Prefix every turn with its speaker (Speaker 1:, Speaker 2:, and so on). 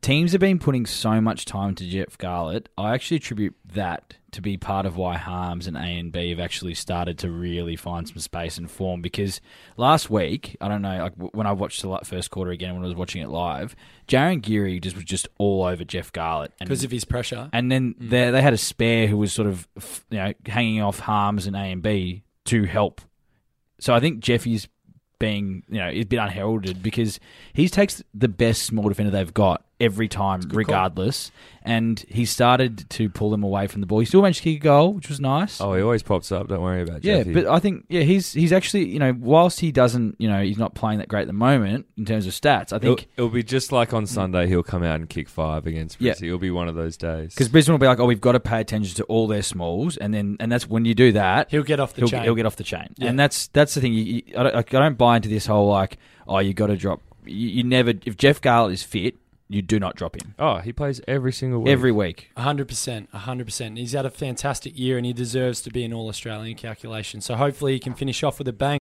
Speaker 1: teams have been putting so much time to Jeff Garlett. I actually attribute that to be part of why Harms and A and B have actually started to really find some space and form. Because last week, I don't know, like w- when I watched the li- first quarter again, when I was watching it live, Jaron Geary just was just all over Jeff Garlett and-
Speaker 2: because of his pressure.
Speaker 1: and then
Speaker 3: Mm.
Speaker 1: they they had a spare who was sort of f- you know hanging off harms and A and B to help. So I think Jeffy's being you know is a bit unheralded because he takes the best small defender they've got every time, regardless, and he started to pull them away from the ball. He still managed to kick a goal, which was nice.
Speaker 3: Oh, he always pops up. Don't worry about
Speaker 1: Yeah,
Speaker 3: Jeffy.
Speaker 1: but I think yeah he's he's actually you know whilst he doesn't you know he's not playing that great at the moment in terms of stats. I
Speaker 3: it'll,
Speaker 1: think Mm.
Speaker 3: it'll be just like on Sunday. He'll come out and kick five against
Speaker 1: Yeah.
Speaker 3: Brizzy. It'll be one of those days.
Speaker 1: because Brisbane will be like oh we've got to pay attention to all their smalls and then and that's when you do that
Speaker 2: He'll get off the
Speaker 1: he'll,
Speaker 2: chain.
Speaker 1: he'll get off the chain.
Speaker 2: Yeah.
Speaker 1: And that's that's the thing. You, you, I, don't, I don't buy into this whole like, oh, you got to drop. You, you never. If Jeff Garlett is fit, you do not drop him
Speaker 3: oh, he plays every single week.
Speaker 1: every week.
Speaker 2: hundred percent, hundred percent. He's had a fantastic year, and he deserves to be an All Australian calculation. So hopefully, he can finish off with a bang.